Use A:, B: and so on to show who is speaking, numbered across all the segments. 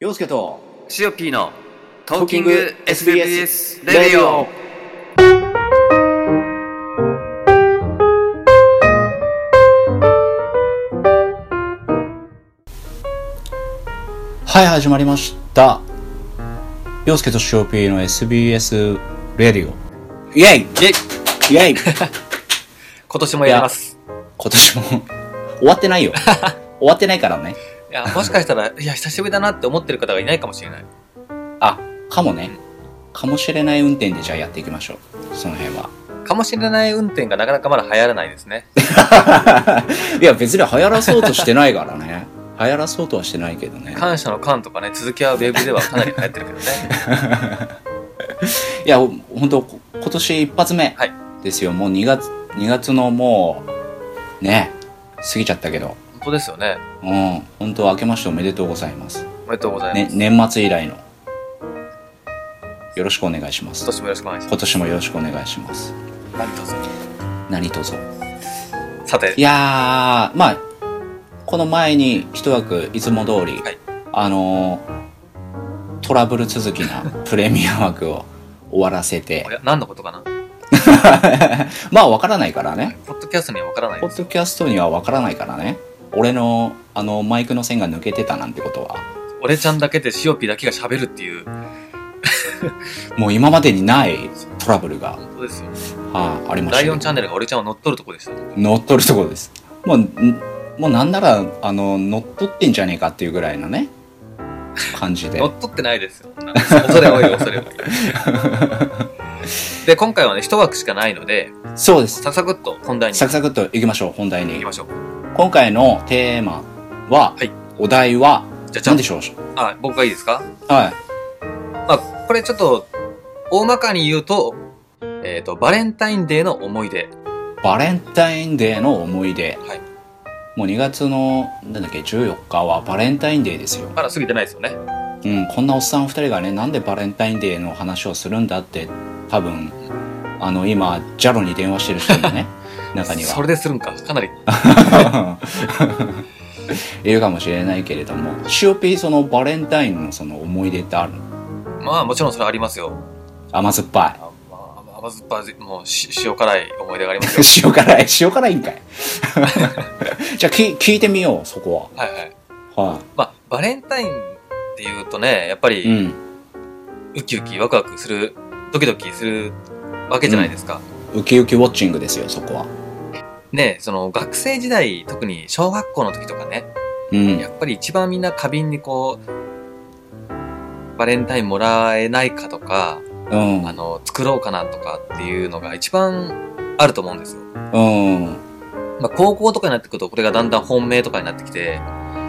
A: 洋介と
B: シオピーのト
A: ー
B: ー
A: キ
B: キ
A: ン
B: ン
A: グ
B: グ
A: SBS
B: SBS
A: レ
B: レ
A: デ
B: デ
A: ィ
B: ィオ。
A: オはい始まりました洋介と塩 P の SBS レディオイェイイェイ
B: 今年もやります。
A: 今年も終わって ないよ終わってないからね
B: いや、もしかしたら、いや、久しぶりだなって思ってる方がいないかもしれない。
A: あかもねかもしれない運転でじゃあやっていきましょうその辺は
B: かもしれない運転がなかなかまだ流行らないですね。
A: いや別に流行らそうとしてないからね 流行らそうとはしてないけどね
B: 感謝の感とかね、続きはウェブではかなり流行ってるけどね。
A: いや、本当今年一発目
B: はい
A: ですよ。もう2月、2月のもう、ね、過ぎちゃったけど、
B: 本当ですよね。
A: うん、本当明けましておめでとうございます。
B: おめでとうございます。
A: ね、年末以来の、よろしくお願いしま
B: 今
A: す。
B: 年もよろしくお願いし
A: 今年もよろしくお願いします。
B: ます。
A: 何卒。
B: さて
A: い、やー、まあ、この前に一枠、いつも通り、
B: はい
A: あのートラブル続き なプレミア枠を終わらせて
B: お、や何のことかな
A: まあ、わからないからね。
B: ポッドキャストにはわからない
A: ポ
B: で
A: ッ
B: す。
A: ドキャストには分からないからね。俺の、あの、マイクの線が抜けてたなんてことは、
B: 俺ちゃんだけでシオピーだけが喋るっていう。
A: もう今までにないトラブルが、
B: 本当ですよ。
A: はいありました
B: ラ
A: け
B: イ
A: ど、
B: オンチャンネルが俺ちゃんを乗っ取るとこでした。
A: 乗っ取るところです。もう、んもうなんなら、あの、乗っ取ってんじゃねえかっていうぐらいのね、感じで
B: 乗。っ取ってないですよ。そんな恐れ多い、恐れ多い。で、今回はね、一枠しかないので、
A: そうです。
B: サクサクっと本題に
A: サ
B: 行
A: クサクっと行きましょう、本題
B: き
A: に
B: ま。しょう。
A: 今回のテーマは、
B: はい
A: お題は、
B: じゃあ、じゃ
A: 何でしょう
B: あ、あ僕がいいですか
A: はい。
B: まあ、これちょっと、大まかに言うと、えっ、と、バレンタインデーの思い出。
A: バレンタインデーの思い出。
B: はい
A: もう2月の、なんだっけ、14日はバレンタインデーですよ。
B: まだ過ぎてないですよね。
A: うん、こんなおっさん2人がねなんでバレンタインデーの話をするんだって多分あの今 JAL に電話してる人も ね中に
B: そ
A: は
B: れでするんか。かなり。
A: いるかもしれないけれども塩ピーそのバレンタインのその思い出ってあるの
B: まあ、もちろんそれはありますよ。
A: 甘酸っぱ
B: あまあ、甘酸っぱい、もうし、塩辛い思い出があります
A: い塩辛い塩辛いんかい じゃあき聞いてみようそこ
B: よ。はいはい。
A: はは
B: まあ、バレンタインっていうとね、やっぱり、
A: い、うん、
B: ウキウキワクワクするドキドキするわけじゃないですか、
A: ウキウキウォッチングですよそこは
B: ねその学生時代特に小学校の時とかね
A: うん
B: やっぱり一番みんな過敏にこうバレンタインもらえないかとか
A: うん
B: あの作ろうかなとかっていうのが一番あると思うんですよ、
A: うん
B: まあ、高校とかになってくるとこれがだんだん本命とかになってきて、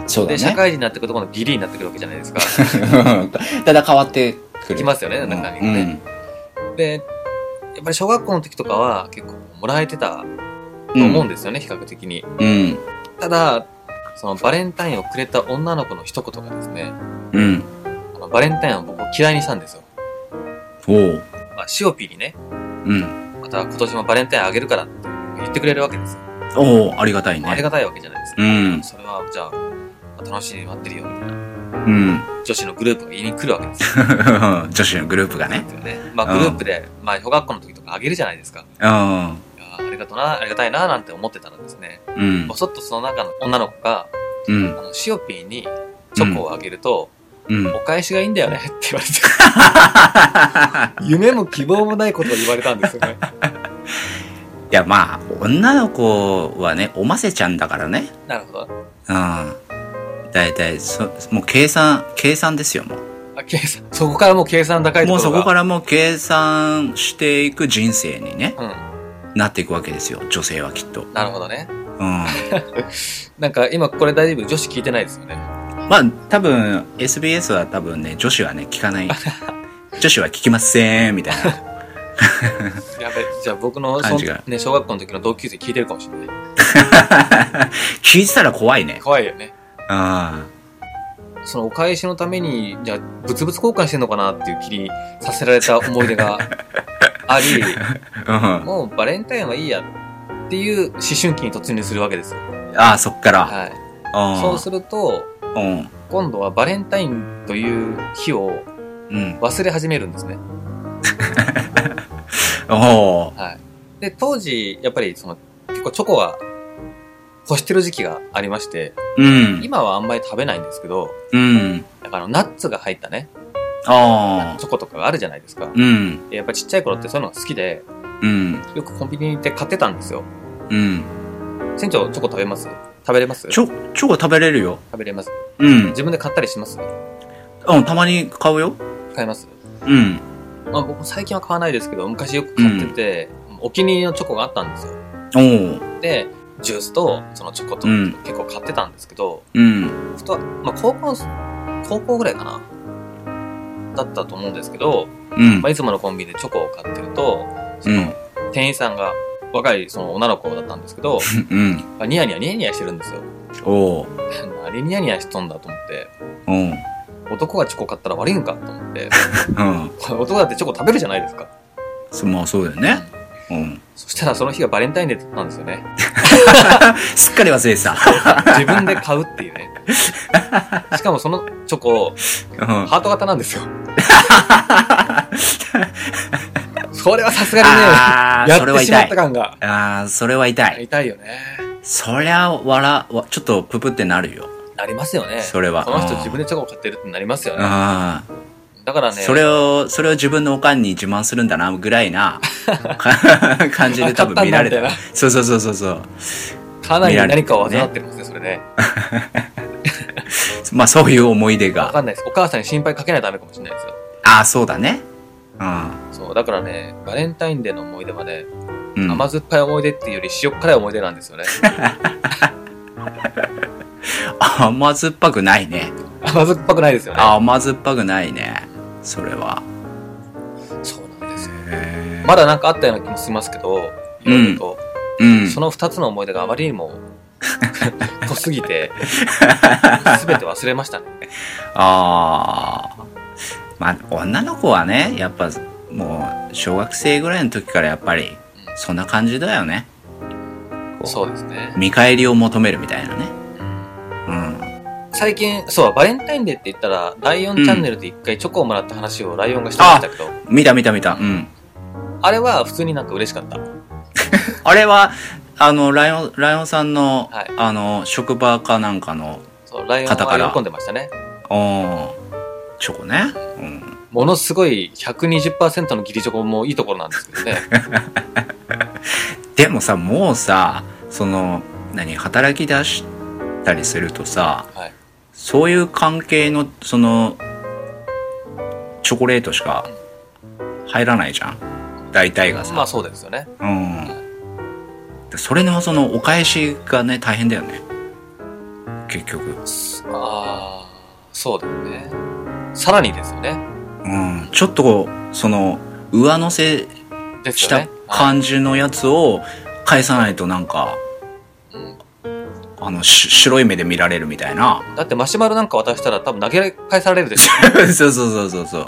A: そうだ
B: で社
A: ね
B: 会人になってくるとこのギリになってくるわけじゃないですか
A: だんだん変わってくる
B: きますよねなんかね
A: うん
B: でやっぱり小学校の時とかは結構もらえてたと思うんですよね、比較的に
A: うん。
B: ただ、そのバレンタインをくれた女の子の一言がですね、
A: うん。
B: あのバレンタインを僕を嫌いにしたんですよ。
A: おう。
B: まあ、シオピーにね、
A: うん。
B: また今年もバレンタインあげるからって言ってくれるわけですよ。
A: おう、ありがたいね。
B: ありがたいわけじゃないですか。
A: うん。
B: それは、じゃあ、まあ楽しみに待ってるよ、みたいな。
A: うん。
B: 女子のグループが家に来るわけですよ。
A: 女子のグループがね。
B: ですよね。まあ、グループで、まあ、小学校の時とかあげるじゃないですか。
A: う
B: い
A: ん。
B: やあありがとな、ありがたいな、なんて思ってたらですね、
A: うん
B: ぼ。そっとその中の女の子が、
A: うん。
B: あの、シオピーにチョコをあげると、
A: うん。
B: お返しがいいんだよねって言われて。夢も希望もないことを言われたんですよね。
A: いや、まあ、女の子はね、おませちゃんだからね。
B: なるほど。
A: うん。だいたい、そ、もう計算、計算ですよ、もう。
B: あ、計算。そこからもう計算高いと
A: もう
B: ころ
A: そ
B: が。
A: こからもう計算していく人生にね、
B: ら。
A: なっていくわけですよ、女性はきっと。
B: うん。なるほどね。
A: うん。
B: なんか今これ大丈夫女子聞いてないですよね。
A: まあ、多分、SBS は多分ね、女子はね、聞か ない。女子は聞きません、みたいな。
B: やべ、じゃあ僕の、
A: 感
B: そ
A: じが
B: ね、小学校の時の同級生聞いてるかもしれない。
A: 聞いてたら怖いね。
B: 怖いよね。
A: あ
B: そのお返しのために、じゃあ、物々交換してんのかなっていう気にさせられた思い出があ り、
A: あ。うん。
B: もうバレンタインはいいやっていう思春期に突入するわけですよ。
A: ああ、そっから。
B: はい。
A: うん
B: そうすると、
A: うん。
B: 今度はバレンタインという日を
A: うん。
B: 忘れ始めるんですね。
A: おー
B: はい。で、当時、やっぱりその、結構チョコは欲してる時期がありまして、
A: うん。
B: 今はあんまり食べないんですけど、
A: うん。
B: なんかあの、ナッツが入ったね、
A: ああ。
B: チョコとかがあるじゃないですか。
A: うん。
B: でやっぱちっちゃい頃ってそういうのが好きで、
A: うん。
B: よくコンビニに行って買ってたんですよ。
A: うん。
B: 船長、チョコ食べます食べれます
A: チ
B: 食
A: ョ、チョコ食べれるよ。
B: べれます
A: うん。
B: 自分で買ったりします
A: うん、たまに買うよ。
B: 買います
A: うん。
B: まあ僕最近は買わないですけど、昔よく買ってて、お気に入りのチョコがあったんですよ。
A: おー
B: で、ジュースとそのチョコと
A: うん
B: 結構買ってたんですけど、
A: うん。
B: ふと、まあ高校、高校ぐらいかなだったと思うんですけど、
A: うん
B: まあ、。いつものコンビニでチョコを買ってると、そうの
A: ん。
B: 店員さんが、若いその女の子だったんですけど、
A: うん。
B: ニヤニヤニヤニヤしてるんですよ。
A: おー
B: あれニヤニヤしとんだと思って、
A: うん。
B: 男がチョコ買ったら悪いんかと思って、
A: うん。
B: 男だってチョコ食べるじゃないですか。
A: そまあ、そうだよね。うん。
B: そしたらその日がバレンタインデーだったんですよね。
A: すっかり忘れてた。
B: 自分で買うっていうね。しかもそのチョコ、
A: うん。
B: ハート型なんですよ。それはさすがにね、
A: あー、それ
B: やっ
A: は
B: てしま
A: 痛
B: っ
A: い
B: た。感が。
A: ああ、それは痛い。
B: 痛いよね。
A: そりゃ、笑、わちょっとププってなるよ。
B: なりますよね。
A: それは
B: この
A: う
B: 人
A: ん
B: 自分でチョコ買ってるってなりますよね。
A: ああ。
B: だからね、
A: それを、それを自分のおかんに自慢するんだな、ぐらい な、か感じで多分見られ
B: あ買ったんだ
A: た。そうそうそうそうそう。
B: かなり
A: 見られ
B: 何
A: てる
B: かを患ってるんですね、それね。
A: まあそういう思い出
B: わ
A: が。
B: かんないです。お母さんに心配かけないとダメかもしれないですよ。
A: ああ、そうだね。うん。
B: そう、だからね、バレンタインデーの思い出はね、
A: うん、
B: 甘酸っぱい思い出っていうより塩っ辛い思い出なんですよね。
A: 甘酸っぱくないね。
B: 甘酸っぱくないですよね。
A: あ甘酸っぱくないね。それは。
B: そうなんですよ。
A: へ
B: まだなんかあったような気もしますけど、いろいろと、
A: えうん。
B: その二つの思い出があまりに も濃すぎて、すべて忘れましたね。
A: ああ。まあ、女の子はね、やっぱ、もう、小学生ぐらいの時からやっぱり、そんな感じだよね。こう
B: そうですね。
A: 見返りを求めるみたいなね。うん。
B: 最近、そう、バレンタインデーって言ったら、ライオンチャンネルで一回チョコをもらった話をライオンがしてましたけど、
A: 見た見た見た。うん。
B: あれは普通になんか嬉しかった。
A: あれは、あの、ライオン、ライオンさんの、
B: はい
A: あの、職場かなんかの、
B: そう、ライオン
A: 肩から
B: は喜んでましたね。
A: おーチョコね。うん。
B: ものすごい120%のギリチョコもいいところなんですけど ね。
A: でもさ、もうさ、その、何、働き出したりするとさ、
B: はい
A: そういう関係の、その、チョコレートしか入らないじゃん。大体が
B: まあ
A: さ。
B: そうですよね。
A: うん。でそれの、その、お返しがね、大変だよね。結局。
B: ああ、そうだよね。さらにですよね。
A: うん、ちょっとその上乗せ
B: です
A: し
B: よ
A: た
B: ね。
A: 感じのやつを返さないとなんか
B: はいうん
A: あのし白い目で見られるみたいな
B: だってマシュマロなんか渡したら多分投げ返されるで しょ。
A: そうそうそうそうそう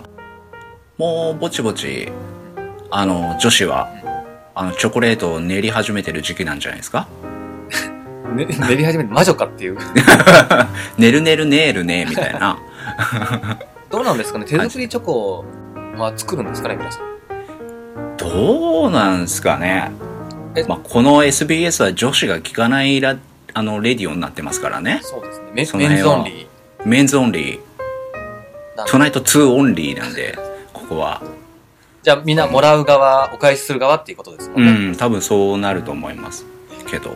A: もうぼちぼちあの女子はあのチョコレートを練り始めてる時期なんじゃないですか
B: ね、練り始めて魔女かっていう。
A: ねるねるねるねみたい な
B: どうなんですかね手作りチョコは作るんですかね皆さん。
A: どうなんすかね
B: え、
A: まあ、この SBS は女子が聞かないラあのレディオになってますからね
B: そうですね。メ
A: その辺
B: メンズオンリー
A: メンズオンリー
B: なんで
A: トナイト2オンリーなんで、ここは。
B: じゃあみんなもらう側、お返しする側っていうことですも
A: うん
B: ね。
A: ん、多分そうなると思います。けど、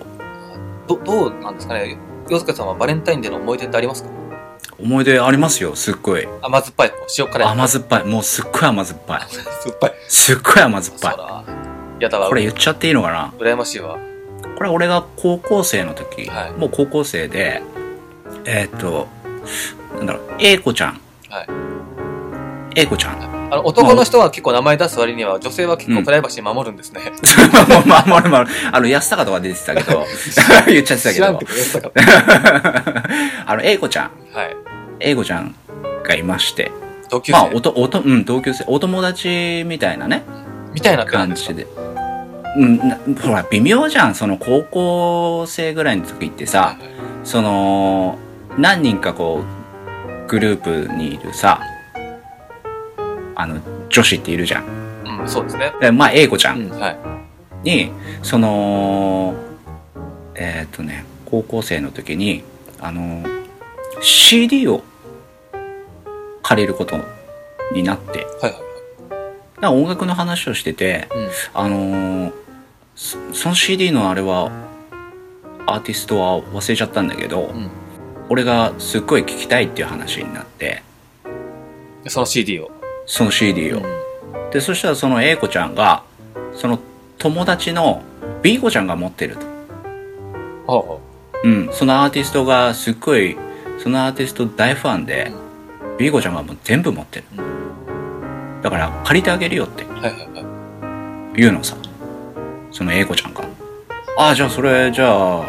B: どどうなんですかね洋介さんはバレンタインデーの思い出ってありますか
A: 思い出ありますよ、すっごい。
B: 甘酸っぱい方、塩辛い方。
A: 甘酸っぱい。もうすっごい甘酸っぱい。
B: 酸っぱい。
A: すっごい甘酸っ
B: そ
A: ぱ
B: ら。やだ
A: い。
B: わ。
A: これ言っちゃっていいのかな
B: 羨ましいわ。
A: これ俺が高校生の時、
B: はい
A: もう高校生で、えーっと、なんだろう、英子ちゃん。
B: はい。
A: 英子ちゃん。
B: あの、男の人は結構名前出す割には、女性は結構プライバシー守るんですね。
A: もうまあ、まあ、まあ、あの、安高とか出てたけど、 言っちゃってた
B: 知
A: け
B: らんっ
A: ど
B: て、ことですか
A: あの、英子ちゃん、
B: はい。
A: 英子ちゃんがいまして、
B: 同級
A: まあ、
B: 生
A: おと、おと、うん、同級生、お友達みたいなね、
B: みたいな感
A: 感
B: じ。
A: じで。うん、なほら、微妙じゃん。その、高校生ぐらいの時ってさ、その、何人かこう、グループにいるさ、あの、女子っているじゃん。
B: うん、そうですね。
A: でまあ、英子ちゃ
B: うんん、はい。
A: に、その、えーっ、とね、高校生の時に、あの、CD を借りることになって、
B: はいはい。
A: だから音楽の話をしてて、
B: うん。
A: あのーそその CD のあれはアーティストは忘れちゃったんだけど、
B: ん
A: 俺がすっごい聞きたいっていう話になって
B: その CD を。
A: その CD を、でそしたらその A 子ちゃんがその友達の B 子ちゃんが持ってると、
B: はあは
A: うん、そのアーティストがすっごいそのアーティスト大ファンで、B 子ちゃんがもう全部持ってる、だから借りてあげるよって
B: あはいはいはい。
A: 言うのさその英子ちゃんが「ああじゃあそれじゃあ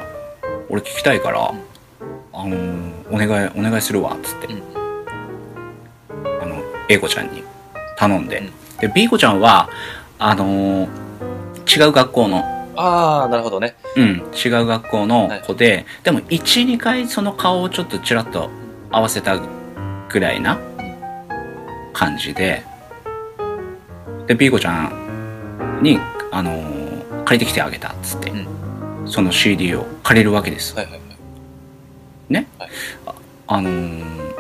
A: 俺聞きたいから、あのーお願いお願いするわ」っつって、
B: うん
A: あの英子ちゃんに頼んで、
B: うん
A: で B 子ちゃんはあのー違う学校の
B: ああ、なるほどね。
A: うん違う学校の子で、でも12回その顔をちょっとちらっと合わせたぐらいな感じでで B 子ちゃんに、あのー借りてきてあげたっつって、
B: うん
A: その CD を借りるわけです、
B: はいはいはい。
A: ね、
B: はい
A: ああのー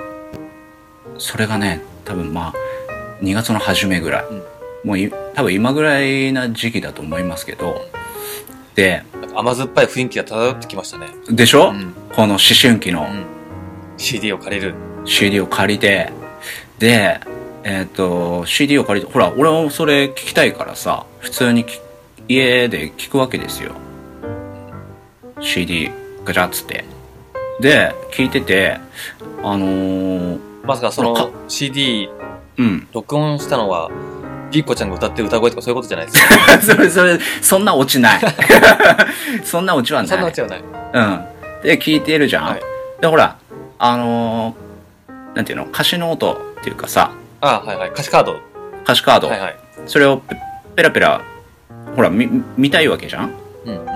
A: それがね多分まあ2月の初めぐらい、
B: うん
A: もうい多分今ぐらいな時期だと思いますけどで
B: なんか甘酸っぱい雰囲気が漂ってきましたね。
A: でしょ、
B: ん。
A: この思春期の、
B: うん CD を借りる。
A: CD を借りて、で、えっ、と、CD を借りて、ほら、俺もそれ聞きたいからさ、普通にき家で聞くわけですよ。CD、ガチャっつって。で、聞いてて、あのー、
B: まさかそ
A: か
B: の CD
A: うん。
B: 録音したのは、ピッコちゃんが歌ってる歌声とかそういうことじゃないです か。
A: それ、それ、そんなオチない。 そんなオチはない。
B: そんなうちはない。
A: うん。で、聞いてるじゃん。
B: はい
A: で、ほら、あのー、なんていうの、歌詞ノートっていうかさ、
B: ああ、はいはい。歌詞カード。は
A: 歌詞カード。
B: いはい。
A: それをペペラペラほら見見たいわけじゃん
B: うんうん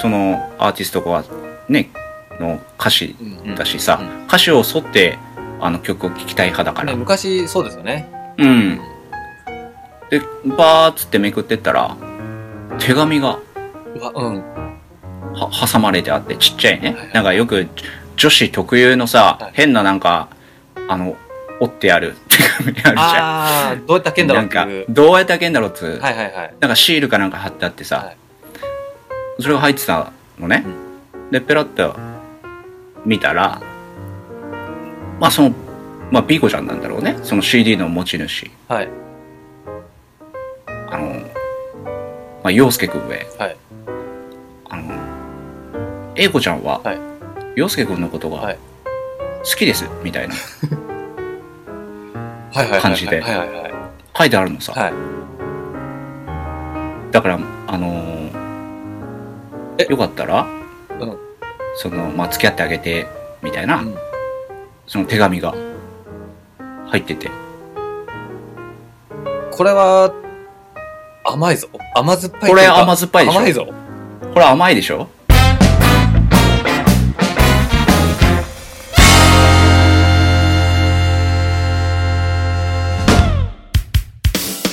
A: そのアーティストがねの歌詞
B: うんうん
A: だしさ、
B: うん
A: 歌詞を沿ってあの曲を聴きたい派だから、
B: ね昔、そうですよね。
A: うんでバーっつってめくってったら手紙が
B: うわ、うん。
A: は挟まれてあってちっちゃいね
B: はいはい
A: なんかよく女子特有のさ、
B: はい
A: 変ななんかあの折ってある手紙あるじゃん
B: ああ、どうやったらけんだろう
A: な
B: んってい
A: か
B: う。
A: どうやって開けんだろうっつう
B: はいはいはい。
A: なんかシールかなんか貼ってあってさ、
B: はい
A: それが入ってたのね、でペラッと見たらまあそのまあピーコちゃんなんだろうねその CD の持ち主
B: はい。
A: あのまあ陽介くんへ
B: はい。
A: あの英子ちゃんは、
B: はい
A: 陽介くんのことが
B: はい
A: 好きですみたいな
B: はいはいはい。
A: 感じで
B: はいはいはい。
A: 書いてあるのさ、
B: はい。
A: だからあのー
B: え
A: よかったら、
B: ん
A: そのまあ付き合ってあげてみたいな、
B: うん
A: その手紙が入ってて
B: これは、甘いぞ。甘酸っぱい
A: これ
B: というか
A: 甘酸っぱいでしょ
B: 甘いぞ。
A: これ甘いでしょ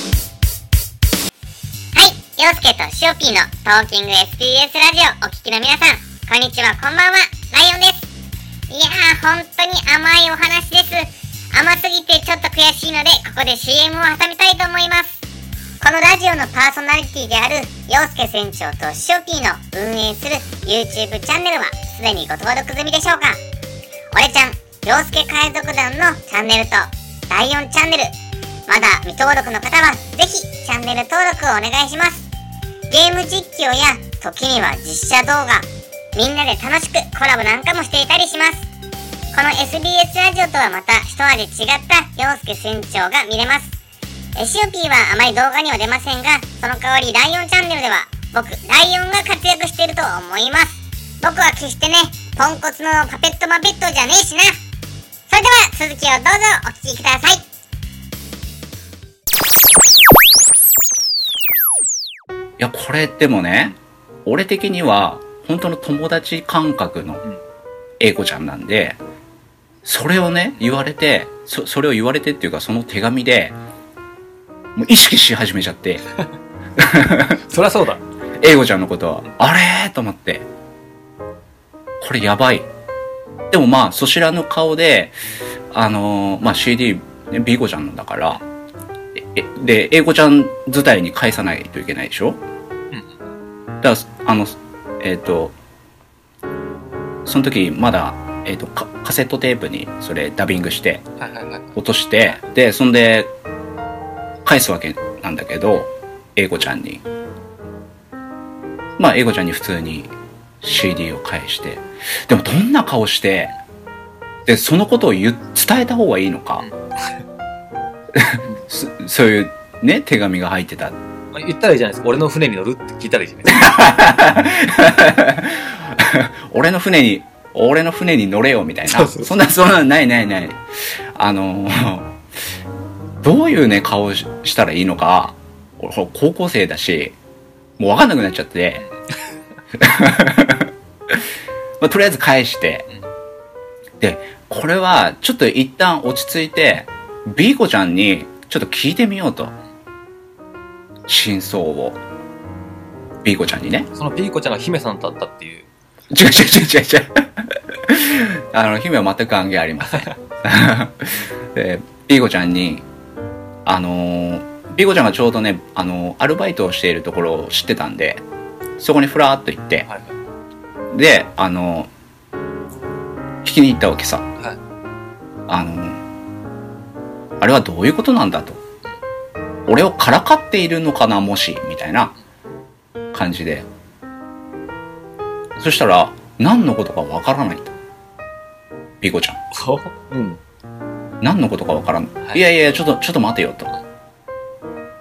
C: はい、洋介としおぴーのトーキング SBS ラジオお聞きの皆さん、こんにちは、こんばんは、ライオンです。いやー、本当に甘いお話です。甘すぎてちょっと悔しいので、ここで CM を挟みたいと思います。このラジオのパーソナリティである陽介船長とシオピーの運営する YouTube チャンネルはすでにご登録済みでしょうか俺ちゃん陽介海賊団のチャンネルと第4チャンネルまだ未登録の方はぜひチャンネル登録をお願いしますゲーム実況や時には実写動画みんなで楽しくコラボなんかもしていたりしますこの SBS ラジオとはまた一味違った陽介船長が見れますえシオピーはあまり動画には出ませんが、その代わりライオンチャンネルでは、僕、ライオンが活躍していると思います。僕は決してね、ポンコツのパペットマペットじゃねえしな。それでは、続きをどうぞお聞きください。
A: いやこれでもね俺的には本当の友達感覚の
B: ん
A: 英子ちゃんなんでそれをね、言われて、そそれを言われてっていうか、その手紙で、もう意識し始めちゃって、
B: そりゃそうだ。
A: 英語ちゃんのことは、あれーと思って、これやばい。でもまあ、そちらの顔で、あのーまあ CD、ね B 子ちゃんのだから、ええで、英語ちゃん自体に返さないといけないでしょだから、あの、えっ、と、その時まだ、えっ、とカ、カセットテープにそれダビングして、
B: はいはいはい。
A: 落として、で、そんで、返すわけなんだけど、英子ちゃんに。まあ、英子ちゃんに普通に CD を返して。でも、どんな顔して、で、そのことを言う伝えた方がいいのか。 そそういう、ね、手紙が入ってた。
B: まあ言ったらいいじゃないですか。俺の船に乗るって聞いたらいいじゃないですか。
A: 俺の船に、俺の船に乗れよ、みたいな。
B: そうそうそう
A: そんな、そんな、ないないない。あの、どういうね、顔をししたらいいのか、俺ほら高校生だし、もうわかんなくなっちゃって。 まあ、とりあえず返して。で、これは、ちょっと一旦落ち着いて、B 子ちゃんに、ちょっと聞いてみようと。真相を。B 子ちゃんにね。
B: そのピーコちゃんが姫さんだったっていう。
A: 違う違う違う違う違う。あの、姫は全く関係ありません。で、ピーコちゃんに、あのー、ピーコちゃんがちょうどね、あのーアルバイトをしているところを知ってたんで、そこにふらーっと行って、
B: はいはい。
A: で、あのー、聞きに行ったわけさ。
B: はい
A: あのー、あれはどういうことなんだと。俺をからかっているのかな、もし、みたいな感じで。そしたら、何のことかわからないと。ピコちゃん。
B: おうん。
A: 何のことかわからん、、
B: はいい
A: やいやちょっとちょっと待てよと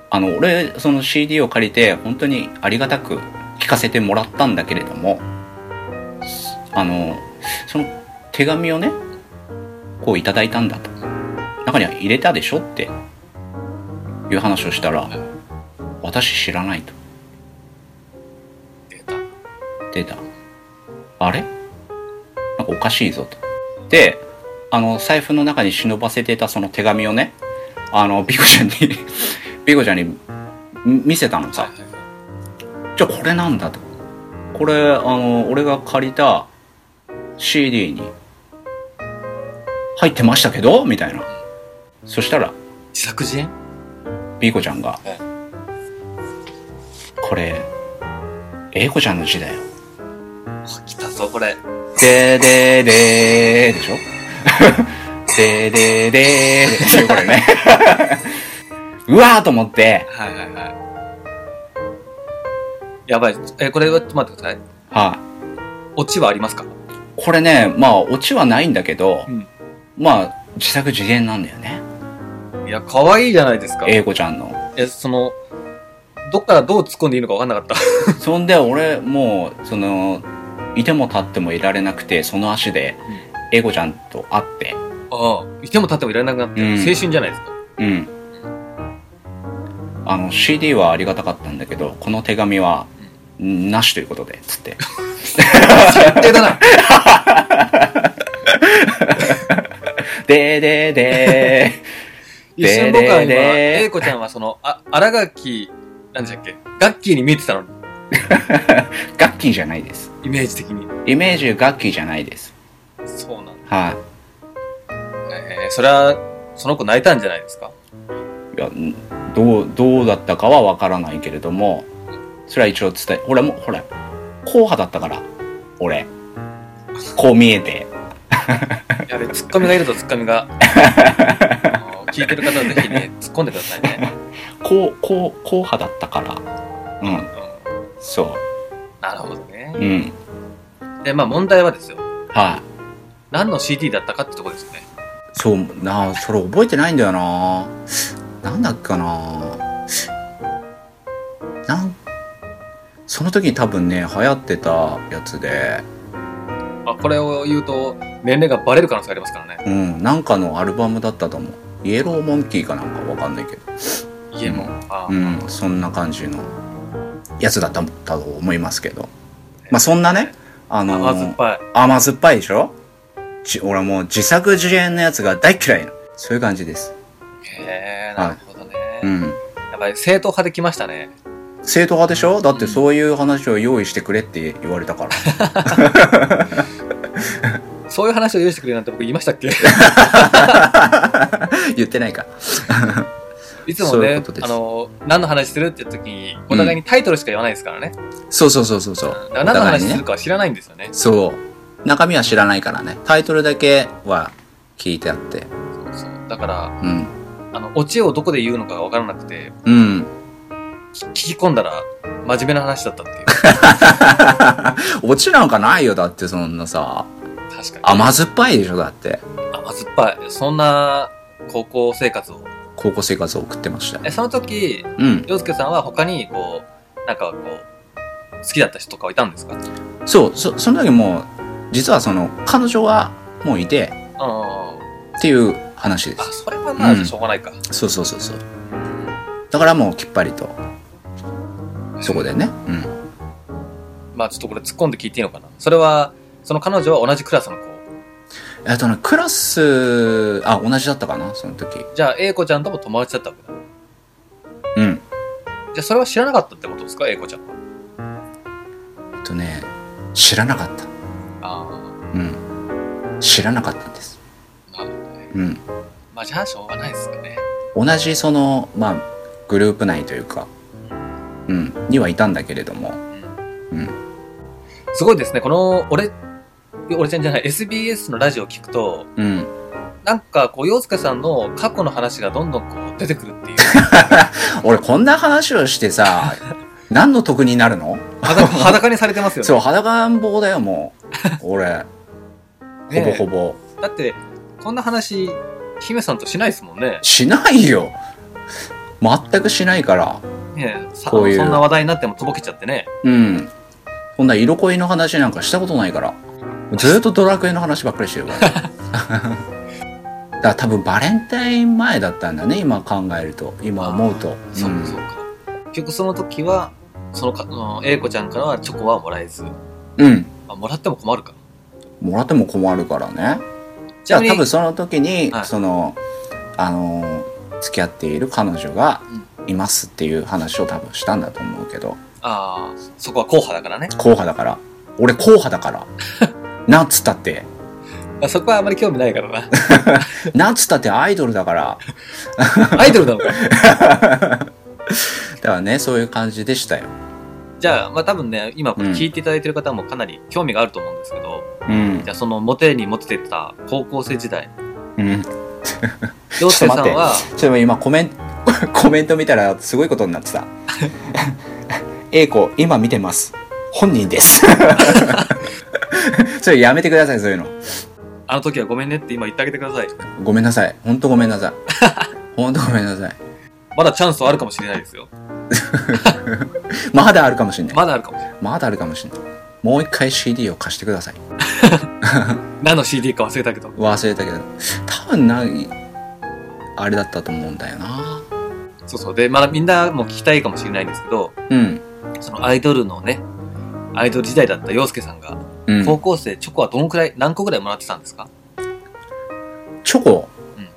A: あの俺その CD を借りて本当にありがたく聞かせてもらったんだけれどもすあのその手紙をねこういただいたんだと中には入れたでしょっていう話をしたら私知らないと
B: 出た。
A: 出たあれなんかおかしいぞとであの財布の中に忍ばせてたその手紙をねあのビコちゃんに ビコちゃんにみ見せたのさ
B: はいはい
A: じゃあこれなんだとこれあの俺が借りた CD に入ってましたけどみたいなそしたら
B: 自作自演
A: ビーコちゃんが
B: え
A: これ英子ちゃんの字だよ
B: あ来たぞ、これ。
A: でーでーでーでしょでーでーでーでしょこれね。うわーと思って、
B: はいはいはい。やばい。え、これは、ちょっと待ってください。
A: はい。
B: オチはありますか
A: これね、まあ、オチはないんだけど、
B: うん
A: まあ、自作自演なんだよね。
B: いや、可愛いじゃないですか。
A: 英子ちゃんの。
B: え、その、どっからどう突っ込んでいいのか分かんなか った。
A: そんで、俺、もう、その、いても立ってもいられなくて、その足で
B: うん、
A: 英子ちゃんと会って、
B: ああ、いても立ってもいられなくなって、
A: うん
B: 青春じゃない ですか。
A: うん。あの、CD はありがたかったんだけど、この手紙は、なしということで、つって。
B: 最低だ な。
A: でーでーでー。
B: 一瞬僕は今、
A: でーでー
B: 英子ちゃんはその、あ、荒垣、なんでしたっけガッキーに見えてたのに、
A: ガッキー じゃないです。
B: イメージ的に。
A: イメージガッキーじゃないです。
B: そうなんだ。
A: はい、
B: えーそれは、その子泣いたんじゃないですか
A: いや、んどう、どうだったかはわからないけれども、それは一応伝え、俺も、ほら、硬派だったから、俺。こう見えて。
B: やべ、ツッコミがいるとツッコミが。あの聞いてる方はぜひね、突っ込んでください ね。
A: こう、こう、硬派だったから。うん、
B: うん
A: そ
B: なるほどね
A: う。。うん。
B: で、まあ問題はですよ。
A: はい、
B: 何の CD だったかってとこですよね。
A: そう、なあ、それ覚えてないんだよななんだっけかななん、その時に多分ね、流行ってたやつで、
B: まあ、これを言うと、年齢がバレる可能性ありますからね。
A: うん、なんかのアルバムだったと思う。イエローモンキーかなんかわかんないけど。
B: 家も。ああ
A: うん、そんな感じのやつだったと思いますけど。まあそんなね、あの
B: 甘酸っぱい。
A: 甘酸っぱいでしょじ俺はもう自作自演のやつが大嫌いな。そういう感じです。
B: へえ、なるほどね。
A: うん。
B: やっぱり正統派で来ましたね。
A: 正統派でしょだってそういう話を用意してくれって言われたから。
B: そういう話を用意してくれなんて僕言いましたっ け
A: 言ってないか。
B: いつも
A: そう
B: ね、
A: いうことです
B: あの、何の話するって言った時に、お互いにタイトルしか言わないですからね。
A: そうそうそうそうそう。
B: だから何の話するかは知らないんですよね。
A: そう。中身は知らないからね。タイトルだけは聞いてあって。
B: そうそうだから、
A: うん。
B: あの、オチをどこで言うのかがわからなくて、
A: うん。
B: き聞き込んだら、真面目な話だったっていう。
A: オチなんかないよ。だってそんなさ、
B: 確かに。
A: 甘酸っぱいでしょだって。
B: 甘酸っぱい。そんな、高校生活を。
A: 高校生活を送ってましたよ。
B: え、その時、
A: うん。
B: 洋介さんは他に、こう、なんかこう、好きだった人とかはいたんですかうん
A: そう、そ、その時もう、実はその、彼女はもういて、っていう話で
B: あ、
A: す。
B: それはまあ、
A: うん
B: しょうがないか。
A: そうそうそうそう。だからもうきっぱりと、そこでね。うん。
B: まあちょっとこれ突っ込んで聞いていいのかなそれは、その彼女は同じクラスの子。
A: えっとね、クラス、あ、同じだったかなその時。
B: じゃあ、A 子ちゃんとも友達だったわけだ。
A: うん。
B: じゃあ、それは知らなかったってことですか ?A 子ちゃんは。
A: えっとね、知らなかった。
B: あ
A: うん。知らなかったんです。
B: あ、なるほどね。
A: うん。
B: まあじゃあ、しょうがないですかね。
A: 同じその、まあ、グループ内というか、うん、にはいたんだけれども、うん。
B: すごいですね。この、俺、俺ちゃんじゃない、SBS のラジオを聞くと、
A: うん。
B: なんか、こう、洋介さんの過去の話がどんどんこう、出てくるっていう。
A: 俺こんな話をし てさ、何の得になるの
B: 裸裸にされてますよね。
A: そう、裸ん坊だよ、も う。俺、ほぼほ
B: ぼ。
A: ぼ。
B: だって、こんな話、姫さんとしないですもんね。
A: しないよ全くしないから。
B: ねえさ
A: こういう
B: そんな話題になってもとぼけちゃってね。
A: うん。こんな色恋の話なんかしたことないから。ずっとドラクエの話ばっかりしてる から。だから多分バレンタイン前だったんだね、今考えると。今思うと。
B: そう
A: うん
B: かそうか。結局その時は、そのか、うん、英子ちゃんからはチョコはもらえず、
A: うん。
B: あ、もらっても困るか。
A: もらっても困るからね。
B: じ
A: じ
B: ゃ
A: ゃ
B: あ
A: あ
B: 多
A: 多
B: 分
A: 分、その時に、
B: はい
A: その、あのー、付き合っている彼女がいますっていう話を多分したんだと思うけど、
B: ああ、そこは硬派だからね。
A: 硬派だから。俺硬派 だから。なんつったって。
B: あそこはあまり興味ないからな。
A: なんつったってアイドルだから。
B: アイドルなのか。
A: だからね、そういう感じでしたよ。
B: じゃあ、まあ多分ね、今これ聞いていただいてる方もかなり興味があると思うんですけど、
A: うん
B: じ。ゃあそのモテにモテてた高校生時代、
A: うん。
B: 洋介さん
A: ちょっと
B: は、
A: ちょっと今コメント、 コメント見たらすごいことになってた。A 子、今見てます。本人です。 それやめてください、そういうの。
B: あの時はごめんねって今言ってあげてください。
A: ごめんなさい。ほんとごめんなさい。ほんとごめんなさい。
B: まだチャンスはあるかもしれないですよ。
A: まだあるかもしんない。ま
B: まだあるかもしれない。
A: だあるかもしんない。もう一回 CD を貸してください。
B: 何の CD か忘れたけど。
A: 忘れたけど。多分な、あれだったと思うんだよな。
B: そうそう。で、まあみんなも聞きたいかもしれないんですけど、
A: うん。
B: そのアイドルのね、アイドル時代だった洋介さんが、
A: うん。
B: 高校生チョコはどのくらい、何個ぐらいもらってたんですか
A: チョコ、
B: うん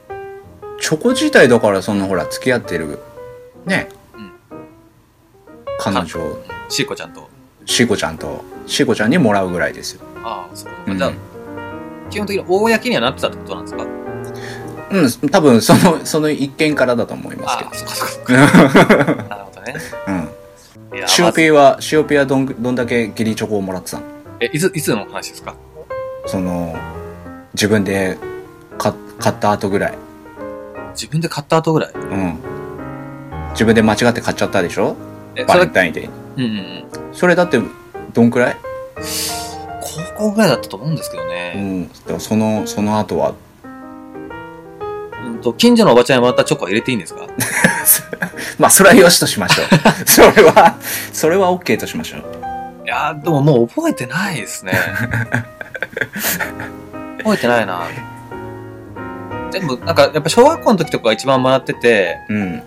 A: チョコ自体だからそのほら付き合ってるね、
B: うん
A: 彼女
B: シーコちゃんと。
A: シーコちゃんとシーコちゃんにもらうぐらいですよ
B: ああ、そうか。
A: うん
B: じゃあ、基本的に公にはなってたってことなんですか
A: うん多分そのその一件からだと思いますけ
B: あ
A: ど
B: あ、そっかそっか。 なるほどね。
A: うん
B: いや、
A: シオ
B: まず
A: ピーはシオピーはどんどんだけ義理チョコをもらってたの
B: え、いつ、いつの話ですか
A: その自分で買買った後ぐらい
B: 自分で買った後ぐらい。
A: うん自分で間違って買っちゃったでしょ
B: え、そ
A: バ
B: れ
A: レン、タインで
B: うんうんうん。
A: それだってどんくらい
B: 高校ぐらいだったと思うんですけど
A: う
B: ね。
A: んだからそのその後は
B: うんと、近所のおばちゃんにもらったチョコは入れていいんです か
A: まあ、それは良しとしましょ う。それは、それは OK としましょう。
B: いやーでももう覚えてないです ね。覚えてないな。でも、なんか、やっぱ小学校の時とかが一番もらってて、
A: うん。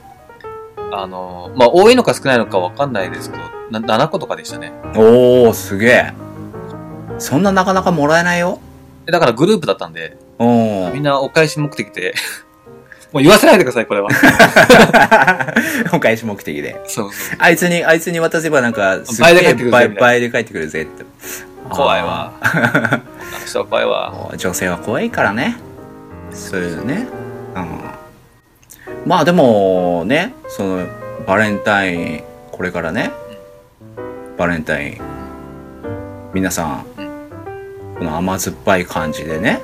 B: あの、まあ、多いのか少ないのかわかんないですけど、な7個とかでしたね。
A: おー、すげえ。そんななかなかもらえないよ。
B: でだからグループだったんで、
A: お
B: み
A: ー
B: んなお返し目的で、 もう言わせないでください、これ は。
A: お返し目的で。
B: そうそう。
A: あいつに、あいつに渡せばなんか、す
B: 倍で帰ってくるぜみた
A: 倍
B: いな
A: 倍で帰ってくるぜって。
B: 怖いわ。あの人は怖いわ。
A: あー。女性は怖いからね。そういうね。うん。まあでも、ね、その、バレンタイン、これからね、バレンタイン、皆さん
B: う、
A: この甘酸っぱい感じでね、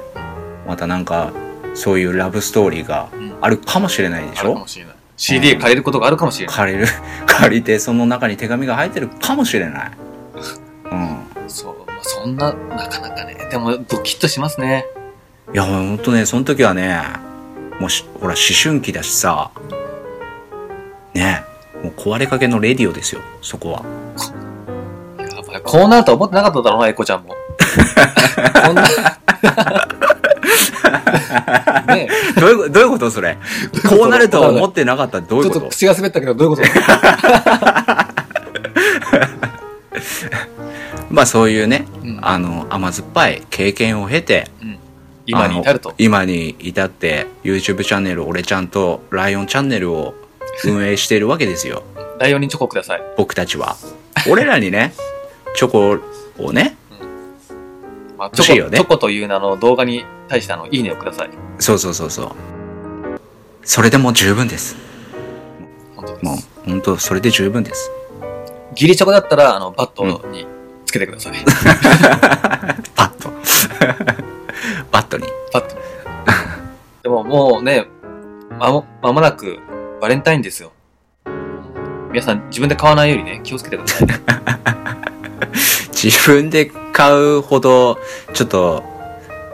A: またなんか、そういうラブストーリーがあるかもしれないでし
B: あるか
A: ょ
B: もしれない。CD 借りることがあるかもしれない。
A: 借りる借りてその中に手紙が入ってるかもしれないうん
B: そう。まあそんな、なかなかね。でも、ドキッとしますね。
A: いやほんとねその時はねもうしほら思春期だしさねもう壊れかけのレディオですよそこは
B: やばい。こうなるとは思ってなかっただろうな、エコちゃんも。こん な。ねえ
A: どういう どういうことそれ
B: こと
A: こうなるとは思ってなかったらどうい
B: ちょ
A: う
B: っ
A: こと
B: と口が滑ったけど、どういうこと
A: まあそういうね、
B: うん
A: あの甘酸っぱい経験を経て
B: うん今に至る
A: あ
B: と
A: の。今に至って YouTube チャンネル俺ちゃんとライオンチャンネルを運営しているわけですよ
B: ライオンにチョコください。
A: 僕たちは。俺らにね、チョコをね、
B: まあ、チ
A: 欲しい
B: ョコ、
A: よね
B: チョコという名の動画に対してあの、いいねをください。
A: そうそうそうそう。それでもう十分です。
B: 本当で
A: も
B: す。
A: う、本当それで十分です。
B: ギリチョコだったら、あの、バットにつけてください。
A: バ ット。バットに。
B: バット。 でももうね、まも、まもなくバレンタインですよ。皆さん自分で買わないようにね、気をつけてくだ さい。
A: 自分で買うほど、ちょっと、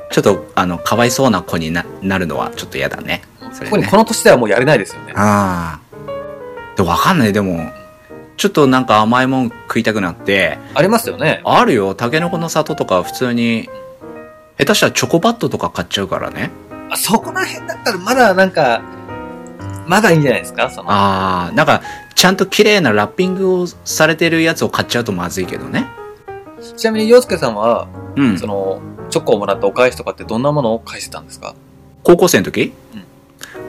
A: ちょっと、あの、かわいそうな子にななるのはちょっと嫌だね。それ
B: 特に
A: ね
B: こ。の年ではもうやれないですよね。
A: ああ。で、わかんない。でも、ちょっとなんか甘いもん食いたくなって、
B: ありますよね。
A: あるよ、タケノコの里とか普通に、下手したらチョコバットとか買っちゃうからね。
B: あそこら辺だったらまだなんか、まだいいんじゃないですかその、
A: ああ、なんか、ちゃんと綺麗なラッピングをされてるやつを買っちゃうとまずいけどね。
B: ちなみに洋介さんは、
A: うん
B: そ。の、チョコをもらったお返しとかってどんなものを返してたんですか
A: 高校生の時、
B: うん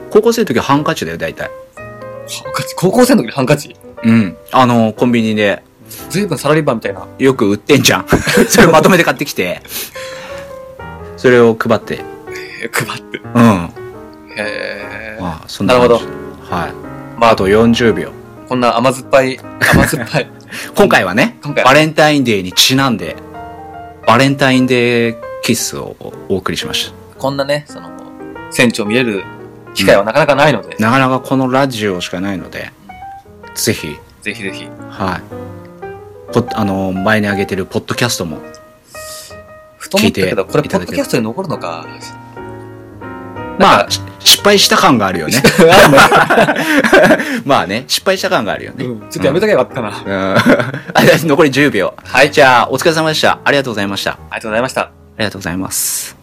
A: 高校生の時ハンカチだよ、大体。
B: ハンカチ高校生の時にハンカチ
A: うん。あの、コンビニで
B: ずいぶんサラリーマンみたいな。
A: よく売ってんじ ゃん。それまとめて買ってきて、それを配って。
B: えー配って。
A: うん。ま
B: へー
A: あ、そんな感じ
B: なるほ
A: はい。
B: まあ、
A: あ
B: あと、
A: と40秒。
B: こんな甘酸っぱい、甘酸っぱい。
A: 今回はね、
B: 今回
A: バレンタインデーにちなんで、バレンタインデーキッスをお送りしまし
B: こんなね、その、船長見れる機会はなかなかないので、
A: た。なかなかこのラジオしかないので、ぜひ、
B: ぜひぜひ。
A: はい。ポッあの、前に上げてるポッドキャストも、
B: ふと思ったけど、
A: 聞いて
B: これ、
A: い
B: ポ
A: た
B: ッ
A: だけ
B: ド
A: る
B: キャストに残るのか。
A: まあ、し失敗した感があるよね。 まあね、失敗した感があるよね。
B: うんちょっとやめとけばよかったな。
A: うん あ残り10秒。
B: はい、じ
A: じ
B: ゃあ、
A: ゃあ、お疲れ様でした。ありがとうございました。あ
B: ありがとうございました。
A: りがとうございます。